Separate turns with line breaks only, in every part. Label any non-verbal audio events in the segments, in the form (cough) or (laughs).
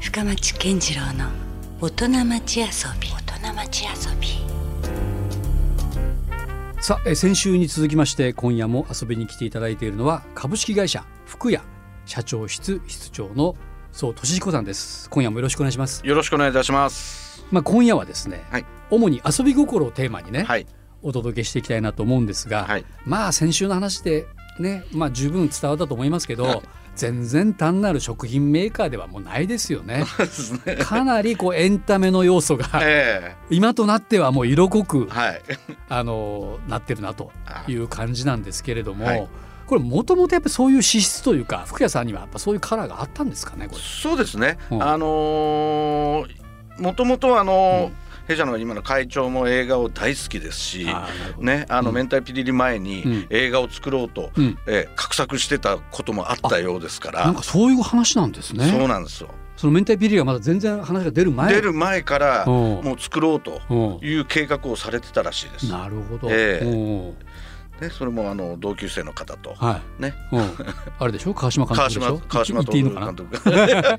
深町健次郎の大人町遊び大人町遊び
さあえー先週に続きまして今夜も遊びに来ていただいているのは株式会社福屋社長室室長のそう俊彦さんです今夜もよろしくお願いします
よろしくお願いいたします。
まあ今夜はですね、
はい
主に遊び心をテーマにね、
はい、
お届けしていきたいなと思うんですが、
はい、
まあ先週の話でねまあ十分伝わったと思いますけど、
はい
全然単なる食品メーカーではもうないですよ
(laughs)
ね
ですね。
かなりこうエンタメの要素が
え
今となってはもう色濃く
えはい、
あのなってるなと
あ
いう感じなんですけれども、
はい
これもともとやっぱそういう資質というか福屋さんにはやっぱそういうカラーがあったんですかねこれ。
そうですね。
うん
あのー、もともとあのー弊社の今の会長も映画を大好きですし、
あーなるほど
ね、あの
うん
明太ピリリ前
う
に
ん
映画を作ろうと、
うん、
ええ画策してたこともあったようですか
なん
ら、
かそういう話なんです
そう
ね。
なんですよ。
その明太ビリがまだ全然話が出る前
出る前から
うん
もう作ろうと
うん
いう計画をされてたらしいです。
なるほど、
ええ
うん
ね、それもあの同級生の方と。
はい、
ね、
うん、あれでしょ川島監
川
督でし
島
ょ
川島
言っていい
徹
のかな
監督
(laughs)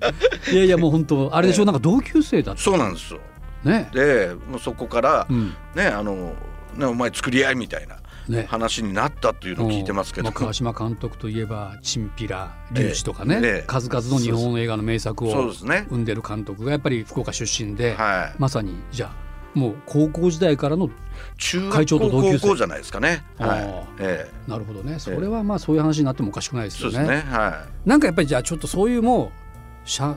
いやいやもう本当あれでしょ、
ええ
なんか同級生だった
そうなんですよ
ね
でもうそこから
うん
ねあのねお前作り合いみたいな
ね
話になったっていうのを聞いてますけど、
うんあ川島監督といえば「チンピラ」「リュウジ」とかね、
ええ
数々の日本映画の名作
そう
を
ですね
生んでる監督がやっぱり福岡出身で、
はい
まさにじゃあもう高校時代からの
中
会
学
長
校
と同級生
高校じゃないですかねは
ああ
い、ええ
なるほどねそれはまあそういう話になってもおかしくないです
そう
よ
で
ね。
すねは
なんかやっぱりじゃあちょっとそういうもう社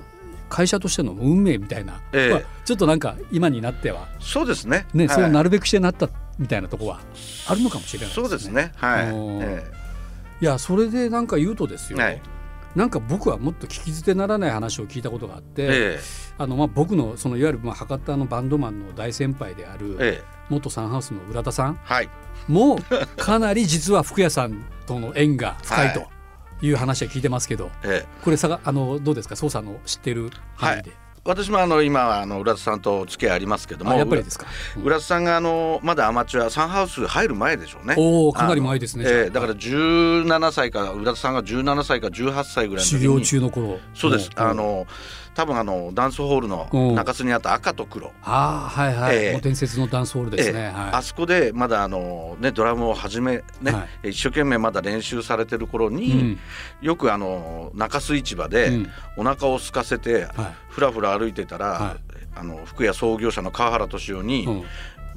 会社としての運命みたいな、
ええ
まあちょっとなんか今になってはい
そうですね
ね、
はい
そうなるべくしてなったみたいなとこはあるのかもしれないですね。
そうですねはい、え
おー
え
いやそれでなんか言うとですよ、
はい
なんか僕はもっと聞き捨てならない話を聞いたことがあって、
え
あのまあ僕のそのいわゆるまあ博多のバンドマンの大先輩であ
え
る
ええ
元サンハウスの浦田さん
はい
もかなり実は服屋さんとの縁が深い
は
という話は聞いてますけど、
ええ
これさがあのどうですか総さんの知ってる範囲で、
私もあの今はあの浦田さんとお付き合いありますけども
あやっぱりですか、うん
浦田さんがあのまだアマチュアサンハウス入る前でしょうね。
おーかなり前ですね
あの
じゃあ
ええだから17歳か浦田さんが17歳か18歳ぐらいの時
修
に
行中の頃
そうです。
も
あの多分あのダンスホール
うん
の中洲にあった赤と黒。
あーはいはい、
ええ
もう伝説のダンスホールですね、
ええ
はい
あそこでまだあのねドラムを始めね、
は
一生懸命まだ練習されてる頃に、
うん
よくあの中洲市場
う
で
ん
お腹を空かせて、
は
ふらふら歩いてたら、
は
あの服屋創業者の川原敏夫
い
に
うん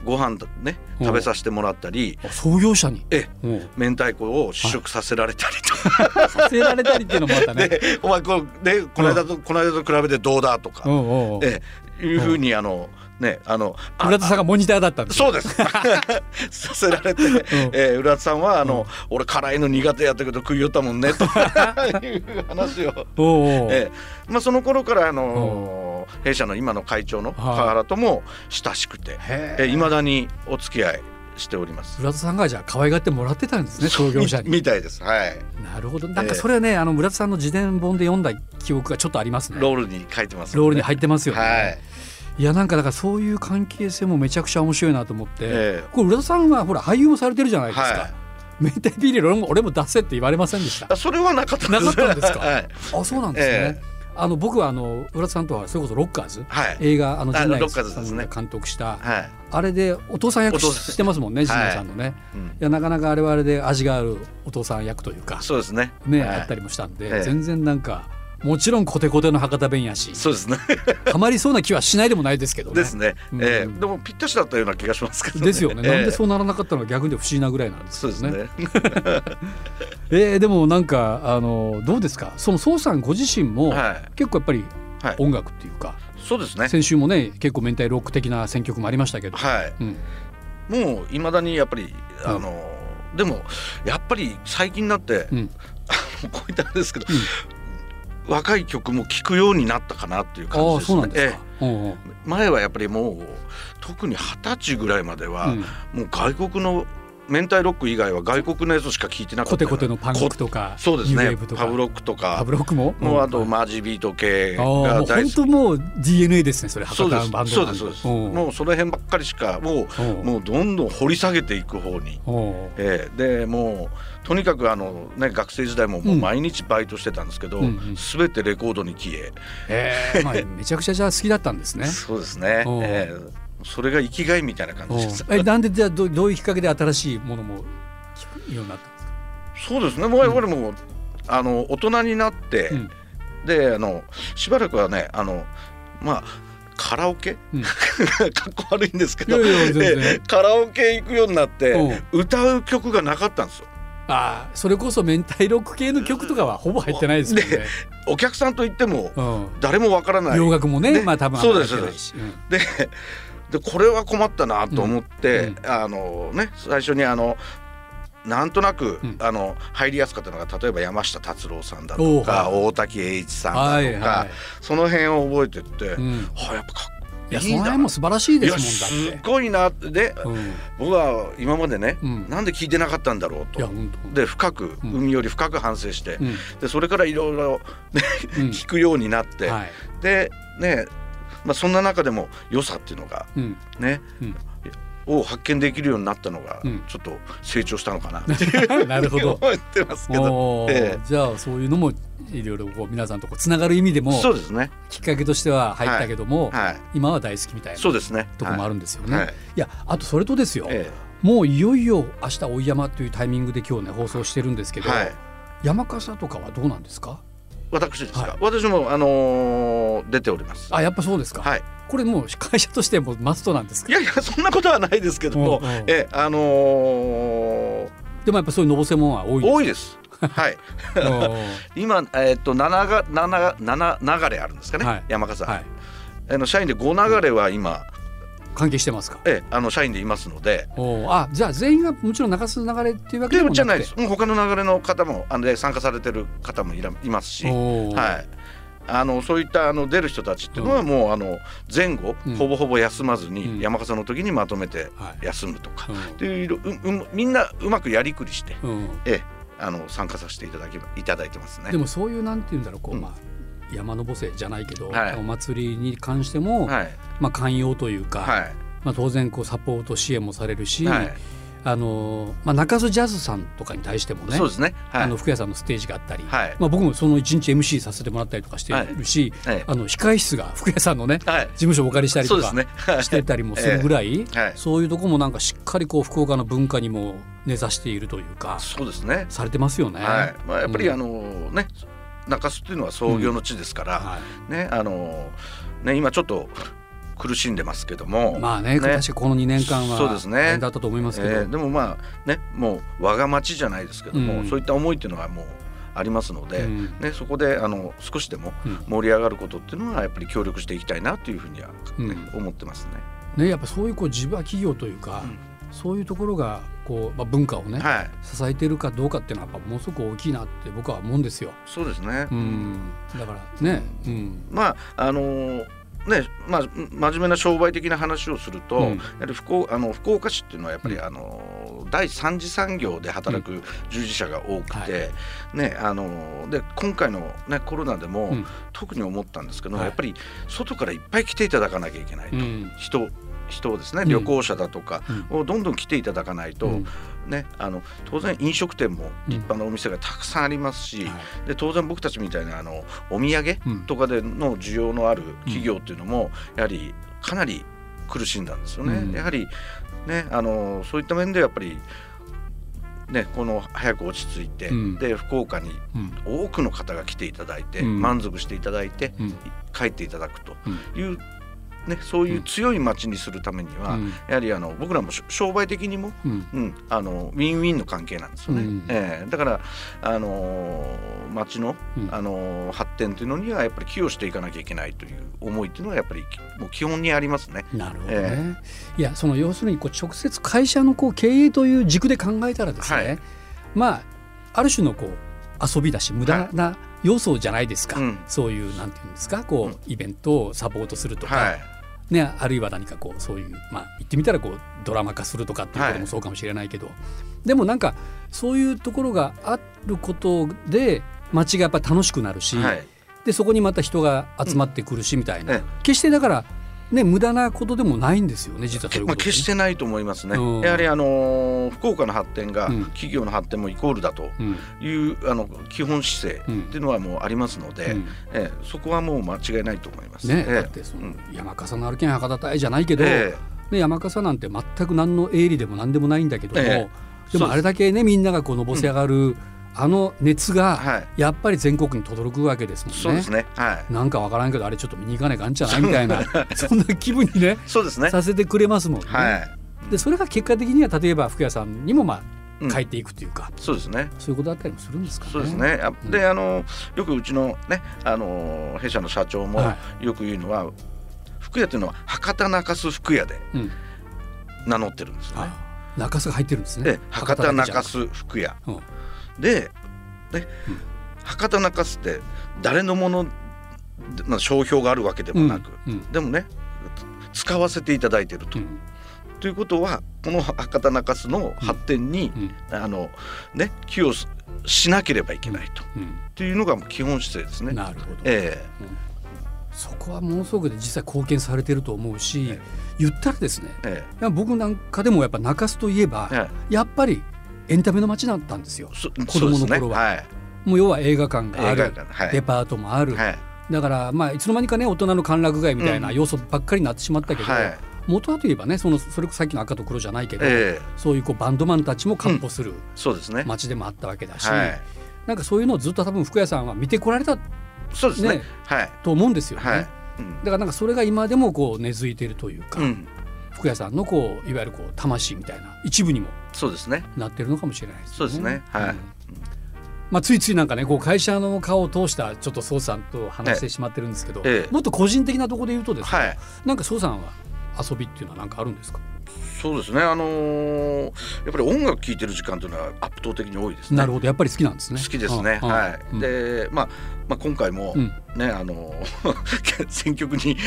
ご飯ね
うん
食べさせてもらったり、
あ創業者に、
え
うん
明太子を試食させられたりとか、
させられたりっていうのもま
(laughs)
たね。
でお前こうねこの間と、この間と比べてどうだとか、
うんうんうん
ええいうふうにあのねあのあ
村田さんがモニターだったんですよ。
そうです (laughs) させられて、えー浦田さんはあの、俺辛いの苦手やったけど食いよったもんね」と
(laughs)
いう話を、
おうおう
えーまあ、その頃からあのー弊社の今の会長の
はい
川原とも親しくて
へえ
いま、未だにお付き合いしております。
村田さんがじゃあ可愛がってもらってたんですね創業者
み
に。
みたいです、はい、
なるほど。なんかそれはねあの村田さんの自伝本で読んだ記憶がちょっとありますね。
ロールに書いてます
ロールに
っ
入ってますよね。
はい、
いやなんかだからそういう関係性もめちゃくちゃ面白いなと思って、
ええ
これ浦田さんはほら俳優もされてるじゃないですか。
はい
メンタビリロも俺も出せって言われませんでした
あ。それはなかった
なかったんですか
(laughs) はい、
(laughs) あそうなんですね。
え
あの僕はあの浦田さんとはそれこそロッカーズ
はい
映画あの
あ
陣内
ロッカーズですね
監督した
はい
あれでお父さん役
お父さん
してますもんね、
はい
陣内さんのね。い、
うん
やなかなかあれはあれで味があるお父さん役というか
そうですね
ね、
はい
あったりもしたんで、
ええ
全然なんかもちろんコテコテの博多弁や
(laughs)
し
そうですね
ハマりそうな気はしないでもないですけどね。
ですね、
うん
えーでもぴったしだったような気がしますけど、ね、
ですよね、なんで
う、
そうならなかったのが逆に不思議なぐらいなんです
そう
よ
です
ね。
ね
えーでもなんかあのどうですかその宋さんご自身も、
はい
結構やっぱり
はい
音楽っていうか、
そうですね
先週もね結構明太ロック的な選曲もありましたけど、
はい
うん、
もういまだにやっぱりあの、でもやっぱり最近になって、
うん
あのこういったんですけど、若い曲も聴くようになったかなっていう感
あ
じ
あ
です
そう
ね
なんですか。うんうん
ええ前はやっぱりもう特に二十歳ぐらいまでは、
うん
もう外国の明太ロック以外は外国のやつしか聞いてなか
コ
った
テ
よね
コテのパンクとか
そうです
ニューウェ
ね
ーブとか
パブロックと
パ
か
ブロックも
もうあ
う
と
ん
マジビート系
あーも
が
う本
大好
当
き
もう DNA ですねそれ博
そうで
多
す
バンド
そうですそうですもうその辺ばっかりしかもうもうどんどん掘り下げていく方に。
うんうん
ええでもうとにかくあの、ね、学生時代ももう
うん
毎日バイトしてたんですけど、
うんうん
すべてレコードに消え、
え
(laughs)
ーまあめちゃくちゃじゃあ好きだったんですね
そうですね、
おう
ええそれが生きがいみたいな感
うん
じです。
えなんでじゃあどどういうきっかけで新しいものも聞くようになったんですか
そうですねもうやっぱりもう、あの大人になって、
うん
であのしばらくはねあのまあカラオケ、
うん
(laughs) かっこ悪いんですけ
い
ど
やいや全然
ええカラオケ行くようになって、
う
歌う曲がなかったんですよ。
あーそれこそ明太ロック系の曲とかはほぼ入ってないですよね、
お客さんと言っても
うん、
誰もわからない
洋楽もね
で
まあ多分
そうです
入ってないしうん
ででこれは困ったなと思って、
うん
あのね最初にあのなんとなく、
うん
あの入りやすかったのが例えば山下達郎さんだ
お
と
う
か
は
大滝栄一さんだとか、
はいはい
その辺を覚えてって、
うん
あやっぱかっ
いや
い
そ
い
の
な
辺も素晴らしい
い
で
や
すもんだ
す
って
ごいなってで、
うん
僕は今までね、
うん
なんで聞いてなかったんだろう
いや
と。
本
で深く
うん
海より深く反省して、
当うん
でそれからいろいろ
うん
聞くようになって、
はい
でね、まあ、そんな中でも良さっていうのが
うん
ね、
うん
を発見できるようになったのが、
うん
ちょっと成長したのかなって (laughs)
なるほど
思ってますけど。
おー
ええ
じゃあそういうのもいろいろこう皆さんとこうつながる意味でも
そうですね。
きっかけとしては入ったけども、
はい。
今は大好きみたいな
そうですね。
とこもあ
る。
るんですよね。
はい
い
はい
やあとそれとですよ、
え
もういよいよ明日追い山というタイミングで今日ね放送してるんです
え
けど、
はい。
山笠とかはどうなんですか
私ですか。
はい
私もあのー出ております。
あやっぱそうですか、
はい。
これもう会社としてもマストなんです
い
か
やいやそんなことはないですけども、
うんうん
ええあのー
でもやっぱそういうのぼせもんは多い
多い
(laughs)
です。 (laughs) はい。
ですよ
今えっ、と七が七七流れあるんですかね。
はい
山笠。
はい
あの社員で五流れは今、
関係してますか
ええあの社員でいますので。
おーあじゃあ全員がもちろん流す流れっていうわけ
で
でもなくて
じゃないです。もう他の流れの方もあので参加されてる方もいらいますし、は
おー
い。あのそういったあの出る人たちっていうのは
う
もうあの前後、
うん
ほぼほぼ休まず
うん
に山笠の時にまとめて
はい
休むとか、
うん
っていういろううみんなうまくやりくりして、
うん
ええあの参加させていただきいただいてますね
で。もそういうなんて言うんだろうこう、
うん
まあ山のぼせじゃないけど、
はい
お祭りに関しても、
はい
まあ、寛容というか、
は
まあ、当然こうサポート支援もされる
い
し、
はい
あのまあ、中洲ジャズさんとかに対してもね
そうですね。は
あ
い
の服屋さんのステージがあったり、
はい
まあ、僕もその一日 MC させてもらったりとかしてるし、
え
あの控え室が服屋さんのね
えはい
事務所をお借りしたりと
そうで
か
すね。はい
してたりもするぐらい、
はい
そういうとこもなんかしっかりこう福岡の文化にも根ざしているというか
そうですね。
されてますよね。
はい。まあやっぱり
うん
あのね中洲っていうのは創業の地ですから。
はい
ね、あのね今ちょっと苦しんでますけども、
まあね、確かこの2年間は
そうですね
大変だったと思いますけど、
えーでもまあねもう我が町じゃないですけど
う
も、
ん
そういった思いっていうのはもうありますので、
うん
ね、そこであの少しでも
うん
盛り上がることっていうのはやっぱり協力していきたいなというふうには、ね思ってますね。
ね、やっぱそういうこう地場企業というか、そういうところがこう、まあ、文化をね、
はい
支えてるかどうかっていうのはやっぱものすごく大きいなって僕は思うんですよ。
そうですね、
うん、だからね、うん、
まああのねまあ、真面目な商売的な話をすると、
うん
やはり福岡あの福岡市っていうのはやっぱり、あの第三次産業で働く従事者が多くて、ね、あので今回の、ね、コロナでも、
うん
特に思ったんですけど、
はい
やっぱり外からいっぱい来ていただかなきゃいけないと、
うん
人人をですね
うん
旅行者だとか
うん
をどんどん来ていただかないと、
うん
ね、あの当然飲食店も立派なお店がたくさんありますし、
はい
で当然僕たちみたいなあのお土
うん
産とかでの需要のある企業っていうのもやはりかなり苦しんだんですよね。
うん
やはりねあのそういった面でやっぱりねこの早く落ち着いて、
うん
で福岡に
うん
多くの方が来ていただいて、
うん
満足していただいて
うん
帰っていただくという、ね、そういう強い街にするためには、
うん
やはりあの僕らもし商売的にも
うん
うん、あのウィンウィンの関係なんですよね。
うん
ええだからあのー町の、
うん
あのー発展というのにはやっぱり寄与していかなきゃいけないという思いというのはやっぱりきもう基本にありますね。
なるほどね、
え
いやその要するにこう直接会社のこう経営という軸で考えたらですね、
はい
まあある種のこう遊びだし無駄な要素じゃないですか、
うん
そういうなんていうんですかこう、
うん
イベントをサポートするとか、
はい、
ね、あるいは何かこうそういう、まあ、言ってみたらこうドラマ化するとかっていうこともそうかもしれないけど、でもなんかそういうところがあることで街がやっぱ楽しくなるし、
はい
でそこにまた人が集まってくるしみたいな、
ええ
決してだから、ね、無駄なことでもないんですよね実はそういう
ま
こ
あ、
と、ね
決してないと思いますね、
うん
やはり、あのー福岡の発展が
うん
企業の発展もイコールだと
うん
いう、あの基本姿勢
うん
っていうのはもうありますので、
うん
ええそこはもう間違いないと思います。
ね、
ええ
だってそ
うん
の山笠の歩けん博多隊じゃないけど、
え
ね、山笠なんて全く何の営利でも何でもないんだけども、
ええ
でもあれだけねみんながこうのぼせ上がる、あの熱
え
が
はい、
やっぱり全国に轟くわけですもんね。
そうですね、はい、
なんかわからんけどあれちょっと見に行かないかんじゃないみたい
(laughs)
なそんな気分にね
そうですね、
させてくれますもんね。
はい、
でそれが結果的には例えば服屋さんにもま
う
あ
ん
帰っていくというか、
そうですね。
そういうことだったりもするんですかね。
そうですね。あで、あのよくうちのね、あの弊社の社長も
は
よく言うのは、服屋というのは博多中洲服屋で
うん、
名乗ってるんですよね。
あ中洲が入ってるんですね
で。、博
だ
多
けじゃな
中
くて
洲服屋
うん
で、ね
うん、
博多中洲って誰のものでまあ商標があるわけでもなく、
うんうん
でもね、つ使わせていただいてると。
うん
ということは、この博多中洲の発展に、
うん
あのね寄与しなければいけないと。
うん
っていうのが基本姿勢ですね。
なるほど
え
そこはものすごく実際貢献されてると思うし、
え
言ったらですね
え
い
え
や僕なんかでもやっぱ中洲といえば、
ええ
やっぱりエンタメの街だったんですよ
え、そ
子供の頃はもう要は映画館があ
映画
る
館はい
デパートもある、
はい
だからまあいつの間にかね大人の歓楽街みたいな
うん
要素ばっかりになってしまったけど、
はい
元はといえばねそのそれこそさっきの赤と黒じゃないけど、
ええ
そういうこうバンドマンたちも闊歩する
そうですね
街でもあったわけだし、
はい
なんかそういうのをずっと多分服屋さんは見てこられた
そうですね
ね
はい
と思うんですよね。
はい
だからなんかそれが今でもこう根付いてるというか、
うん、うん、
服屋さんのこういわゆるこう魂みたいな一部にも
そうですね
なってるのかもしれないですね。
そうですねはい、
うんまあ、ついついなんかねこう会社の顔を通したちょっと宋さんと話してしまってるんですけど、
ええ
もっと個人的なところで言うとですね、
はい
なんか宋さんは遊びっていうのはなんかあるんですか、
そうですねあのーやっぱり音楽聴いてる時間というのは圧倒的に多いですね
なるほどやっぱり好きなんですね
好きですね、
ああ
はい、
うん
で、まあ、まあ今回も
うん
ね、あのー (laughs) 選曲に、
ん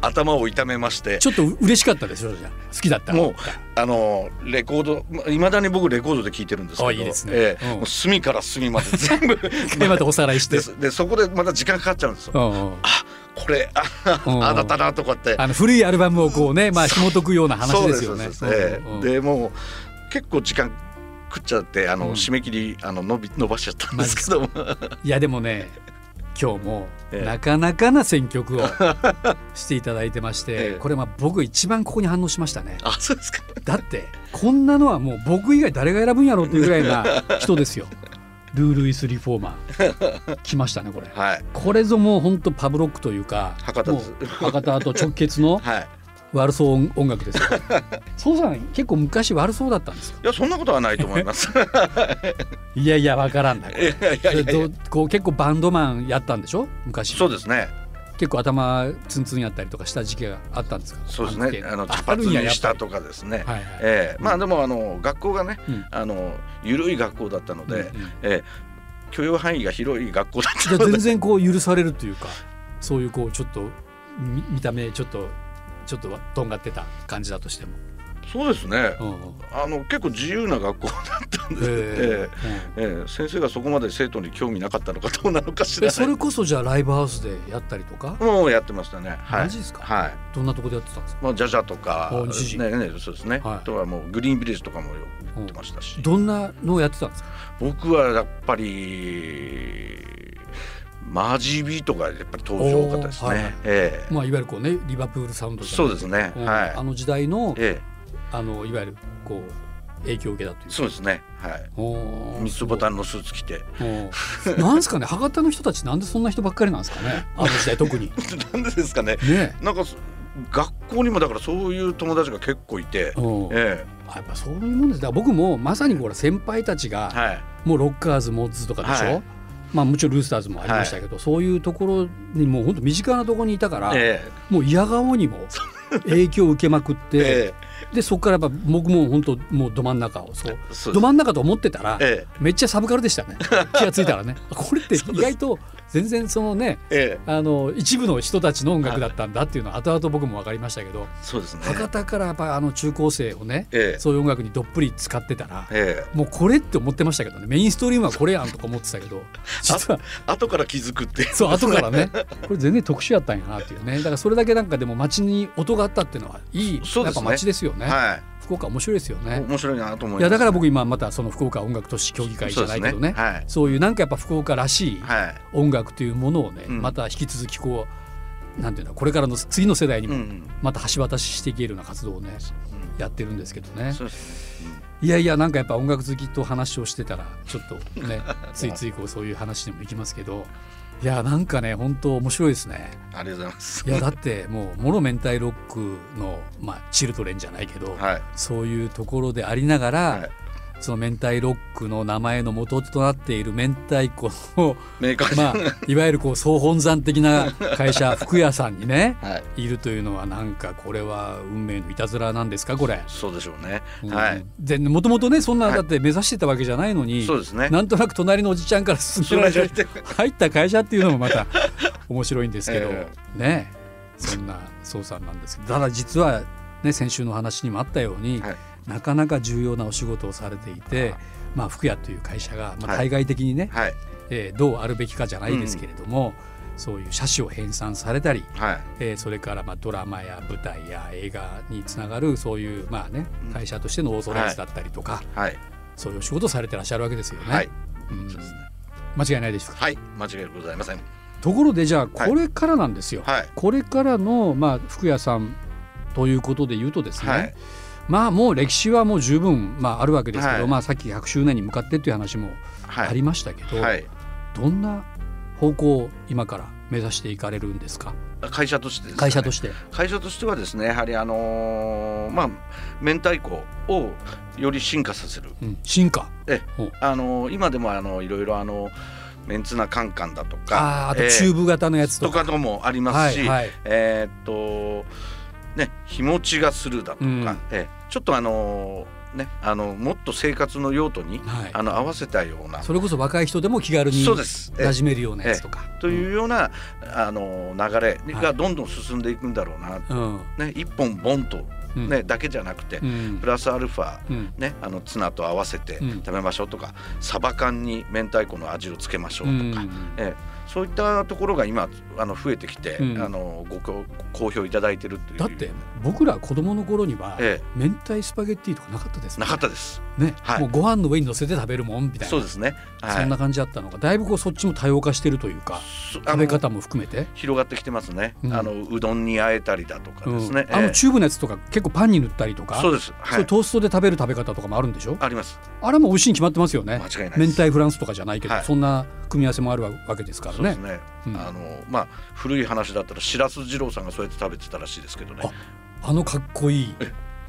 頭を痛めまして
ちょっと嬉しかったでしょうじゃあ好きだったら
もうあのレコードいまだに僕レコードで聴いてるんですけど
あいいですね
ええ
うん
もう隅から
(laughs)
隅まで全部
一回またおさらいして
で。でそこでまた時間かかっちゃうんですよ。
うんうん
これあ
うん
あだったなとかって
あの古いアルバムをこうね、まあ紐解くような話ですよね。
そうです
うんうん
そうですええでもう結構時間食っちゃってあの、
うん
締め切りあの伸び伸ばしちゃったんですけども
いやでもね今日も
ええ
なかなかな選
(laughs)
曲をしていただいてまして、
ええ
これまあ僕一番ここに反応しましたね
(laughs) あそうですか
だってこんなのはもう僕以外誰が選ぶんやろうっていうぐらい
(laughs)
な人ですよルールイス・リフォーマー来ましたねこれ
はい
これぞもう本当パブロックというか
博多
も
で
う
す
博多と直結
(laughs)
の
はい
悪そう音音楽ですよそうさん結構昔悪そうだったんですか
いやそんなことはないと思います
(laughs) いやいやわからんない
やいやいやいや
どうこう結構バンドマンやったんでしょ昔
そうですね
結構頭ツンツンやったりとかした時期があったんですか
そうですねあの茶
ある
髪
んやや
に
っぱり
したとかですね、
はいはい
ええまあでもあの学校がね、
うん
あの緩い学校だったので、
うんうん
ええ許容範囲が広い学校だった
じゃ
の
あ
で
全然こう許されるというかそういうこうちょっと見見た目ちょっとちょっととんがってた感じだとしても、
そうですね
う。んうん
あの結構自由な学校だったんで、
え
え
え
えええ先生がそこまで生徒に興味なかったのかどうなのか知
え
ら
そ
な
れ
い。
こそじゃあライブハウスでやったりとか、
もうやってましたね。はい。
マジですか
はい。
どんなとこでやってたんですか
まあジャジャとか
あ一時
ねねそうですね。
はい
あとはもうグリーンビレッジとかもよく行ってましたし、
どんなのをやってたんですか
僕はやっぱりマジビートがやっぱり当時多かったですね。
おーはい
ええ
まあいわゆるこうねリバプールサウンドじゃな
そ
いう
ですね。
うん
はい。
あの時代の
ええ
あのいわゆるこう影響を受けたという
そうですね。はい。
おー
三つボタンのスーツ着て。 (laughs)
もうなんですかね博多の人たちなんでそんな人ばっかりなんですかねあの時代
(laughs)
特に。
なんでですかね。
ね
なんかそ学校にもだからそういう友達が結構いて、
うん
え
やっぱそういうもんですだから僕もまさにほら先輩たち
え
が
はい
もうロッカーズモッズとかでしょ、
はい
まあ、もちろんルースターズもありましたけど、そういうところにもう本当身近なところにいたから、
え
もう嫌顔にも影響を受けまくっ
え
て、
え
でそこからやっぱ僕も本当もうど真ん中をそう
えそう
ど
です
真ん中と思ってたら、
え (laughs)
めっちゃサブカルでしたね気がついたらねこれって意外と全然そのね
ええ、
あの一部の人たちの音楽だったんだっていうのは後々僕も分かりましたけど
そうですね。
博多からやっぱあの中高生をね
ええ、
そういう音楽にどっぷり使ってたら
ええ、
もうこれって思ってましたけどねメインストリームはこれやんとか思ってたけど実は
後から気づくって。
そう後からねこれ全然特殊やったんやなっていうねだからそれだけなんかでも街に音があったっていうのはいい、
そう
や
で
っ
す
ぱ
ね
街ですよね、
(laughs) は
福岡面白いですよ
い。
ね
面白いなと思います。
いやだから僕今またその福岡音楽都市協議会じゃないけどねそう
そうですね
いうなんかやっぱ福岡らしい
はい。はい。
音楽というものをね、
うん
また引き続きこうなんていうのこれからの次の世代に
うんう
も
ん。
また橋渡ししていけるような活動をね、
う
やってるんですけどね
んそうですね。
いやいやなんかやっぱ音楽好きと話をしてたらちょっと
(laughs)
ねついついこうそういう話にも行きますけどいやなんかね本当面白いですね
うんありがとうございます
い。やだってもうもろ明太ロックのまあチルトレンじゃないけど、
はい。
そういうところでありながら、
はい。
その明太ロックの名前の元となっている明太子
(laughs)
の
メーカー
まあ
さん。
いわゆるこう総本山的な会社服屋さんにね
(laughs) はい。
いるというのはなんかこれは運命のいたずらなんですかこれ。
そうでしょうね。はい。
でもともとねそんな
はい
だって目指してたわけじゃないのに、
そうですね。
なんとなく隣のおじちゃんから勧められ
勧め
て
られ
入った会社っていうのもま
(laughs)
た面白いんですけど、
え
ねそんな操作なんですけどただ実は、ね、先週の話にもあったように、
はい
なかなか重要なお仕事をされていて、
はい
まあ、服屋という会社が、ま
は
あ、
い
対外的にね、
はい。
えーどうあるべきかじゃないですけれども、そういう写真を編纂されたり、
はい。
えーそれからまあドラマや舞台や映画につながるそういうまあね
うん
会社としてのオーソドックスだったりとか、
はい。
そういうお仕事をされてらっしゃるわけですよね。
はい。
うん
そうですね
間違いないですか
はい。間違いございません。
ところでじゃあこれからなんですよ。
はい。
これからのまあ服屋さんということで言うとですね、
はい。
まあもう歴史はもう十分まああるわけですけど、
はい
まあさっき100周年に向かってっていう話もあ
はい。
りましたけど、
はい。
どんな方向を今から目指していかれるんですか
会社としてですね
会社として。
会社としてはですねやはりあのーまあ明太子をより進化させる
うん、進化
あのー今でもあのいろいろあのメンツナカンカンだと
あ
か
ーあとチュー
ブ
ブ型のやつと
と
か。
かのもありま
は
すし、
いはい
えーっとね日持ちがするだとか、
うん
えーちょっとあのーねあのもっと生活の用途に、
はい
あの合わせたような
それこそ若い人でも気軽に
そうで
馴
す、えー
染めるようなやつとか。
というような、あのー流れ
は
がどんどん進んでいくんだろうな、
うん、
ね一本ボンと
うん
ね、だけじゃなくて、
うん
プラスアルファ
うん
ね、あのツナと合わせて
うん
食べましょうとか、サバ缶に明太子の味をつけましょう
う
とか、
ん
ええそういったところが今あの増えてきて、
うん
あのご好好評いただいてるという
だって僕ら子供の頃には、
え
明太スパゲッティとかなかったです
え、なかったです
たね、
はい
もうご飯の上に乗せて食べるもんみたいな
そうですね、はい、
そんな感じだったのがだいぶこうそっちも多様化してるというか
すあ
食
の
べ方も含めて、
広がってきてますね、
うん
あのうどんにあえたりだとか
うん
ですね、
あ
え
の
え
チューブのやつとか結構パンに塗ったりとか
そうです
そ
は
ういう
い
トーストで食べる食べ方とかもあるんでしょ
あります
あれも美味しいに決まってますよね
間違いない
明
です
太フランスとかじゃないけど、
はい
そんな組み合わせもあるわけですから
そうで
ね
すね、
うん
あのまあ古い話だったら白洲二郎さんがそうやって食べてたらしいですけどね
ああのかっこいい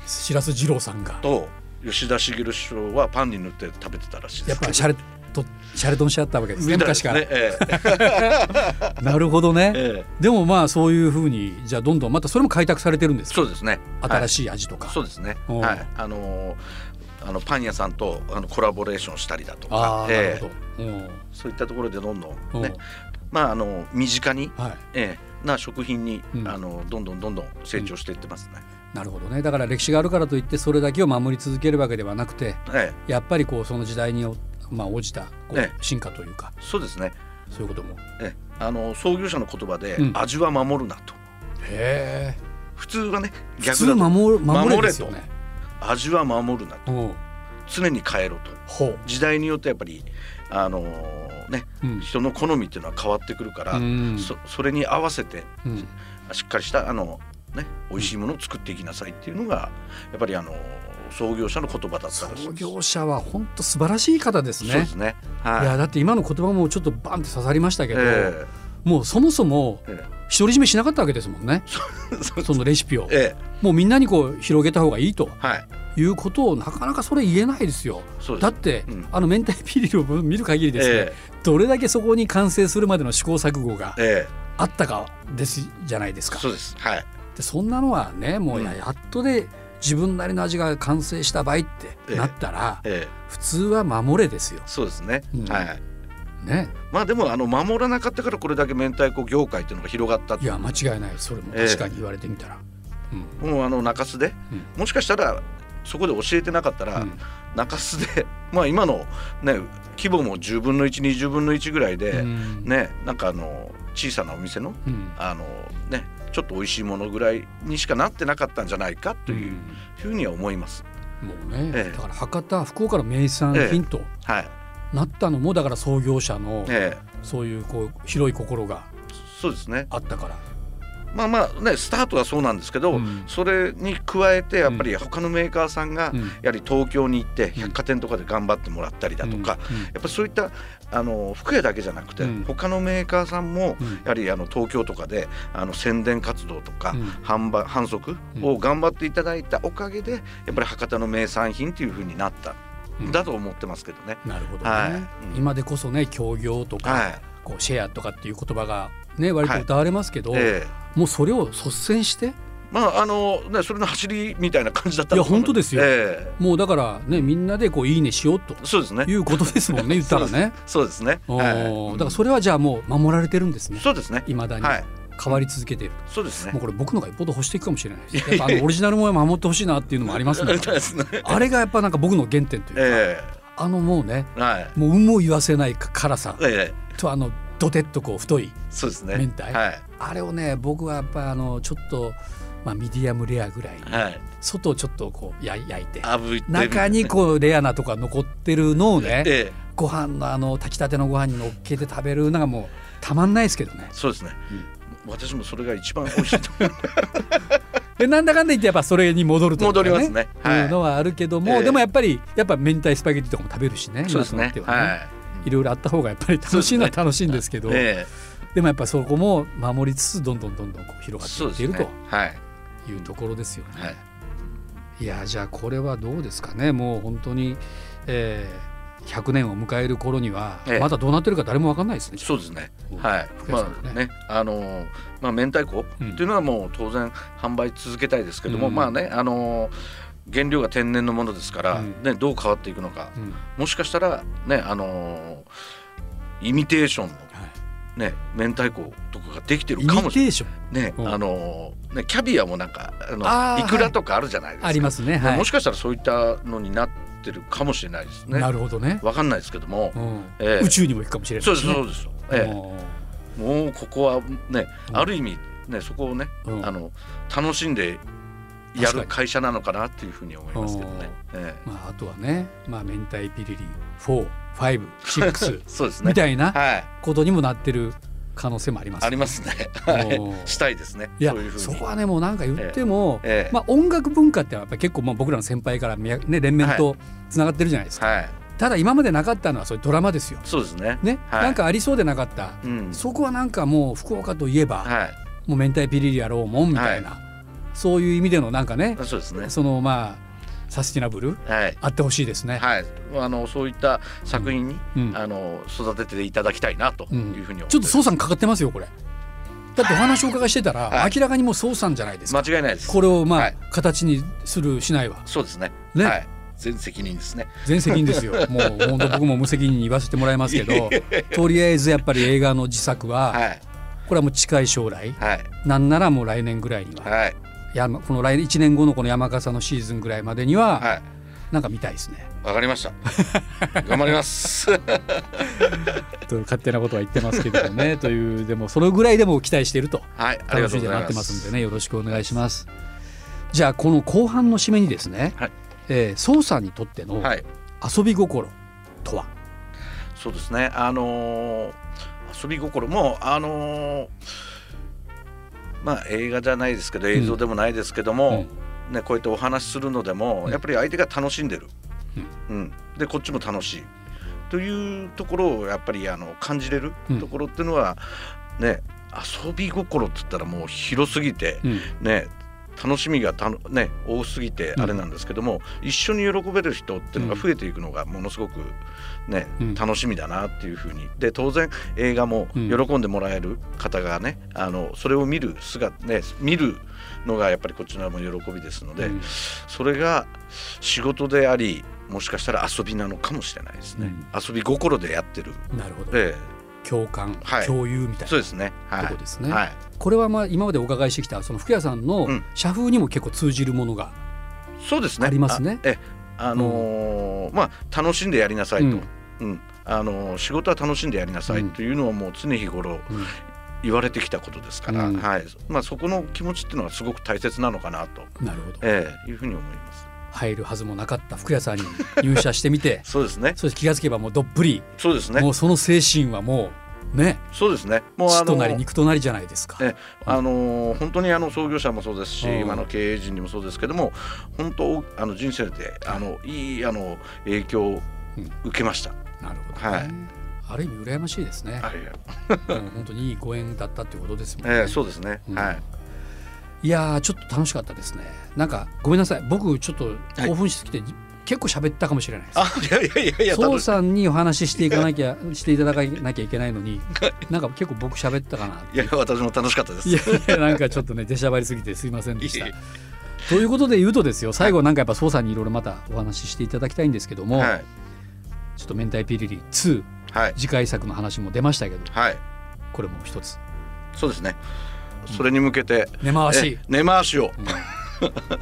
白洲二郎さんが
と吉田茂首相はパンに塗って食べてたらしいで
やっ
す
ぱ
けど
りシャレとシャレトンしちゃったわけですね
みたいで
昔
す
から、
ねええ
なるほどね、
ええ
でもまあそういうふうにじゃあどんどんま (laughs) たそれも開拓されてるんですか
そうですね。
新
し
しい味とか、
いそうですね。
おう
はい。あのーあのパン屋さんとあのコラボレーションしたりだと
あ
か
あ、、
ええ
なるほど、
そういったところでどんど
うん
んね、まああの身近に、
うんはい
ええな食品に、
うん
あのどんどんどんどん成長していってますね。
なるほどねだから歴史があるからといってそれだけを守り続けるわけではなくて
ええ
やっぱりこうその時代によ、まあ、応じたこう
ええ
進化というか
そうですね。
そういうことも
ええあの創業者の言葉で、
うん
味は守るなと。
へえ
普通はね
普
逆
通
だと
守る守
守れ
れ
と
ですよね
味は守るなと
うん
常に変えろと
ほう、
時代によってやっぱりあのーね
うん
人の好みっていうのは変わってくるから、
うん
そそれに合わせて
うん
しっかりしたあの、ね、美味しいものを作っていきなさいっていうのがやっぱりあの創業者の言葉だったらしい
創
です。
業者は本当素晴らしい方です
そう
ね
ですね。はい
いやだって今の言葉もちょっとバンって刺さりましたけど、
え
もうそもそも
ええ
独り占めしなかったわけですもんね
えそう
そのレシピを
ええ
もうみんなにこう広げた方がいいと
はい
いうことをなかなかそれ言えないですよ
そうです
だって、
うん
あの明太ピリリを見る限りですね、
え
どれだけそこに完成するまでの試行錯誤が
えええ
あったかですじゃないですか
そうですはい
でそんなのはねもうや
うん
やっとで自分なりの味が完成した場合ってなったら、
ええ
普通は守れですよ
そうですね、
うん
はい
ね
まあでもあの守らなかったからこれだけ明太子業界っていうのが広がったって
いや間違いないそれも確かに言われてみたら、うん
もうあの中洲で、もしかしたらそこで教えてなかったら、
うん
中洲で (laughs) まあ今のね規模も10分の120分の1ぐらいで、
うん
ねなんかあの小さなお店の
うん
あのねちょっと美味しいものぐらいにしかなってなかったんじゃないかというふうには思います。
うんもうね、
ええ
だから博多福岡の名産
ええ
品と
はい、
なったのもだから創業者の
ええ
そういうこう広い心が
そうですね
あったから、
まあまあねスタートはそうなんですけど、
うん
それに加えてやっぱり他のメーカーさんが、
うん
やはり東京に行って百貨店とかで頑張ってもらったりだとか、やっぱそういったあの服屋だけじゃなくて、
うん
他のメーカーさんも
うん
やはりあの東京とかであの宣伝活動とか、
うん
販売販促を頑張っていただいたおかげでやっぱり博多の名産品っていう風になった、
うん
だと思ってますけどね。
なるほどね、
はいうん
今でこそね協業とか、
はい、
こうシェアとかっていう言葉がね割と
はい
歌われますけど、
ええ
もうそれを率先して
まああのねそれの走りみたいな感じだったのかない
や本当ですよ
え
もうだからねみんなでこういいねしようと
えそうですね
いうことです
(laughs)
もんね言ったらね。
そうですね
お
は
ー
い
だからそれはじゃあもう守られてるんですね
そうですね
未だに
はい
変わり続けている、
そうですね
もうこれ僕のがよっぽど欲していくかもしれない
(laughs)
ですやっぱあのオリジナルも守ってほしいなっていうのもありますね
そうですね
あれがやっぱなんか僕の原点というか、
え
あのもうね
えはい
もう有無を言わせない辛さ
ええ
とあのドテッとこう太い
そうですね
明太
はい
あれをね僕はやっぱあのちょっと、まあ、ミディアムレアぐらいに
はい
外をちょっとこうや焼いて
炙って
中にこうレアなとか残ってるのをね
ええ
ご飯のあの炊きたてのご飯に乗っけて食べるのがもうたまんないですけどね
そうですね私もそれが一番美味しいと
(laughs)
思います
でなんだかんだ言ってやっぱそれに戻るというか、ね、
戻りますねはい
いうのはあるけども、
ええ
でもやっぱりやっぱ明太スパゲッティとかも食べるしね
そうですね
今となってはね
はい
ろいろあった方がやっぱり楽しいのは楽しいんですけど
いえ
でもやっぱそこも守りつつどんどんどんどんこう
え
広
そ
が
う
っ
で
てい
す
る
ねはい
というところですよね。
はい
いやじゃあこれはどうですかねもう本当に、えー100年を迎える頃には
ええ
まだどうなってるか誰も分かんないですね。
そうですね
うん。
はい。
福井さ
ま
んもね
あね、あのーまあ明太子っていうのはもう当然販売続けたいですけども、
うん
まあね、あのー原料が天然のものですから、
うん
ねどう変わっていくのか、
うん
もしかしたらねあのーイミテーションの
はい
ね明太子とかができてる
イミ
か
テ
もしれ
ーション
ない。ね、
うん
あのーねキャビアもなんかあ
あ
の
ー
いくらとかあるじゃないですか。
ありますね。
まあ
はい
もしかしたらそういったのになってるかもしれないですね
な。るほどね、
わかんないですけども
う。ん
ええ
宇宙にも行くかもしれな
そ
いう
ですそうです。ええもうここはね、
うん
ある意味ねそこをね、
うん
あの楽しんでや
確か
る
に
会社なのかなっていうふうに思いますけどね。ええ
まあ、あとはね、まあ、明太ピリリ456
(laughs) そうですね。
みたいな
はい、
ことにもなってる可能性もあります
ありますね。はい
おー
したいですね。 (laughs)
いや
そういうふうに。
そこはねもうなんか言っても、
ええ
まあ、音楽文化ってやっぱり結構まあ僕らの先輩からみや、ね、連綿とつながってるじゃないですか、
はい、
ただ今までなかったのはそういうドラマですよ、
そうですね。
ね
はい
なんかありそうでなかった、
うん、
そこはなんかもう福岡といえば、
はい、
もう明太ピリリやろうもんみたいな、そういう意味でのなんかね
あそうですね。
そのまあサスティナブル
はい。
あってほしいですね。
はい、あのそういった作品に、
うん
あの育てていただきたいなと
うん
いうふうに思
ちょっと
そう
総さんかかってますよこれだってお話をお伺いしてたら、
はい
明らかにもう総さんじゃないですか、
間違いないです。
これをまあ、
はい
形にするしないは
そうですね。
ね
はい、全責任ですね。
全責任ですよ
(laughs)
もう本当僕も無責任に言わせてもらいますけどとりあえずやっぱり映画の自作は、
はい、
これはもう近い将来
はい、
なんならもう来年ぐらいには、
はい、
山この来1年後のこの山笠のシーズンぐらいまでには、
はい。
なんか見たいですね。
わかり
(laughs)
ました。頑張ります。 (laughs)
という勝手なことは言ってますけどもね (laughs) というでもそのぐらいでも期待していると
はい、あ
楽
りが
し
と
み
うご
で
ざ
待っ
いま
て
す。
ますんでねよろしくお願いします。じゃあこの後半の締めにですね、
はい
えー、宋さんにとっての
はい、
遊び心とは、
そうですね。あのー遊び心もあのーまあ映画じゃないですけど映像でもないですけども、ねこうやってお話しするのでも、
うん
やっぱり相手が楽しんでる。うん、でこっちも楽しいというところをやっぱりあの感じれる
うん
ところっていうのは、ね遊び心って言ったらもう広すぎて、
うん
ね楽しみがたの、ね、多すぎてあれなんですけども、一緒に喜べる人っていうのが増えていくのがものすごく、ね
うん
楽しみだなっていうふうにで当然映画も
うん
喜んでもらえる方がね、あのそれを見る姿、ね、見るのがやっぱりこちらも喜びですので、
うん
それが仕事でありもしかしたら遊びなのかもしれないですね、遊び心でやってる、
なるほど
え
共感、
はい
共有みた
え
い
そう
な
ですねはい
とこですね
はい、
これはまあ今までお伺いしてきたその服屋さんの
うん
社風にも結構通じるものが、
そうですね
ありますね
あええあのーまあ楽しんでやりなさいと、うんあのー仕事は楽しんでやりなさいというのはもう常日頃
うん
言われてきたことですから、
うん
はいまあ、そこの気持ちっていうのはすごく大切なのかなと、
なるほど
ええいうふうに思います。
入るはずもなかった服屋さんに入社してみ (laughs) て
そうですね
そして気がつけばもうどっぷり、
そうですね
もうその精神はもうね
そうですねもう
血
あの
と
ー
なり肉となりじゃないですか。
えあのー本当にあの創業者もそうですし、
うん
今の経営陣にもそうですけども本当あの人生であのいいあの影響を受けました。
なるほど、ね
はい
ある意味羨ましいです
(laughs)
ね。
ありがとう
うん本当にいいご縁だったってことですもんね。
ええそうですね、
うん
はい
いやーちょっと楽しかったですね。なんかごめんなさい僕ちょっと興奮しすぎて、結構喋ったかもしれないです。
あいやいやいやいや
そう
楽し
さんにお話ししていかなきゃしていただかなきゃいけないのになんか結構僕喋ったかな。
いや私も楽しかったです
いやいやなんかちょっとね出しゃばりすぎてすいませんでした
いえい。
ということで言うとですよ最後なんかやっぱ蘇さんにいろいろまたお話ししていただきたいんですけども、
はい
ちょっと「明太ピリリ2」
はい
次回作の話も出ましたけど
はい
これも一つ
そうですねそれに向けて、
根回し
え、根回しを、
うん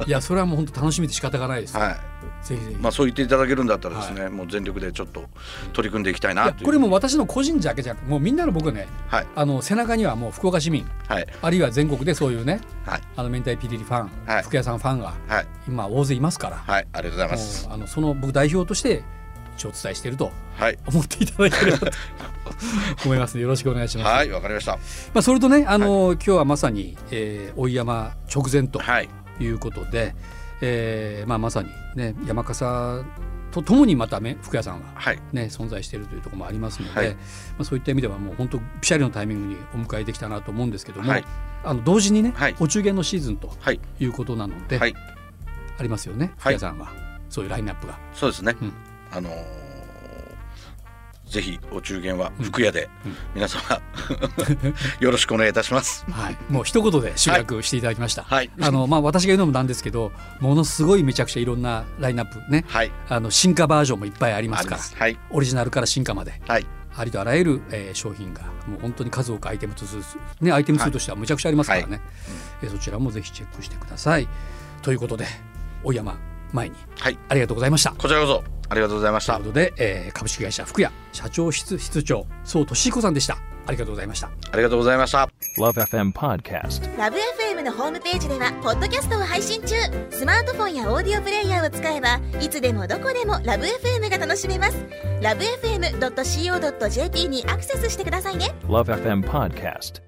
いやそれはもう本当楽しみで仕方がないです、
は
ぜひぜひ、
いまあそう言っていただけるんだったらですね、もう全力でちょっと取り組んでいきたい
い
な
や
という
これもう私の個人だけじゃなくもうみんなの僕ね
はい
あの背中にはもう福岡市民
はい
あるいは全国でそういうね
はい
あの明太ピリリファン、
はい
福屋さんファンが
はい
今大勢いますから、
はいありがとうございま
も
す
うあのその僕代表として一応お伝えしていると
はい
思っていただければ
(laughs)
と思いますのでよろしくお願いします。
はいわかりました
まあ、それとね、あの今日はまさに、えー、追い山直前と
はい
いうことで、えーまあ、まさに、ね、山笠とともにまため福屋さんは、
はい
ね、存在しているというところもありますので、
はい
まあ、そういった意味ではもう本当ぴしゃりのタイミングにお迎えできたなと思うんですけども、
はい
あの同時にね、
はい
お中元のシーズンと
はい
いうことなので、
はい
ありますよね福
はい
屋さんは、そういうラインナップが。
そうですね、
うん
あのーぜひお中元は福屋で、
うんうん
皆様 (laughs) よろしくお願いいたします。
はい、もう一言で集約していただきました、
はい
あのまあ、私が言うのもなんですけどものすごいめちゃくちゃいろんなラインナップね
はい。
あの進化バージョンもいっぱいありますから
はい
オリジナルから進化まで
はい
ありとあらゆる、えー商品がもう本当に数多くアイテム数ねアイテム数としてはむちゃくちゃありますからね、えーそちらもぜひチェックしてくださいということで大山前に
はい
ありがとうございました
こちらこそありがとうございまし
とい
た。
うことで、えー株式会社福屋社長室室長総俊彦さんでしたありがとうございました
ありがとうございました。
Love FM Podcast.
ラブ f m のホームページではポッドキャストを配信中スマートフォンやオーディオプレイヤーを使えばいつでもどこでもラブ f m が楽しめますラブ FM.co.jp にアクセスしてくださいね
Love FM Podcast.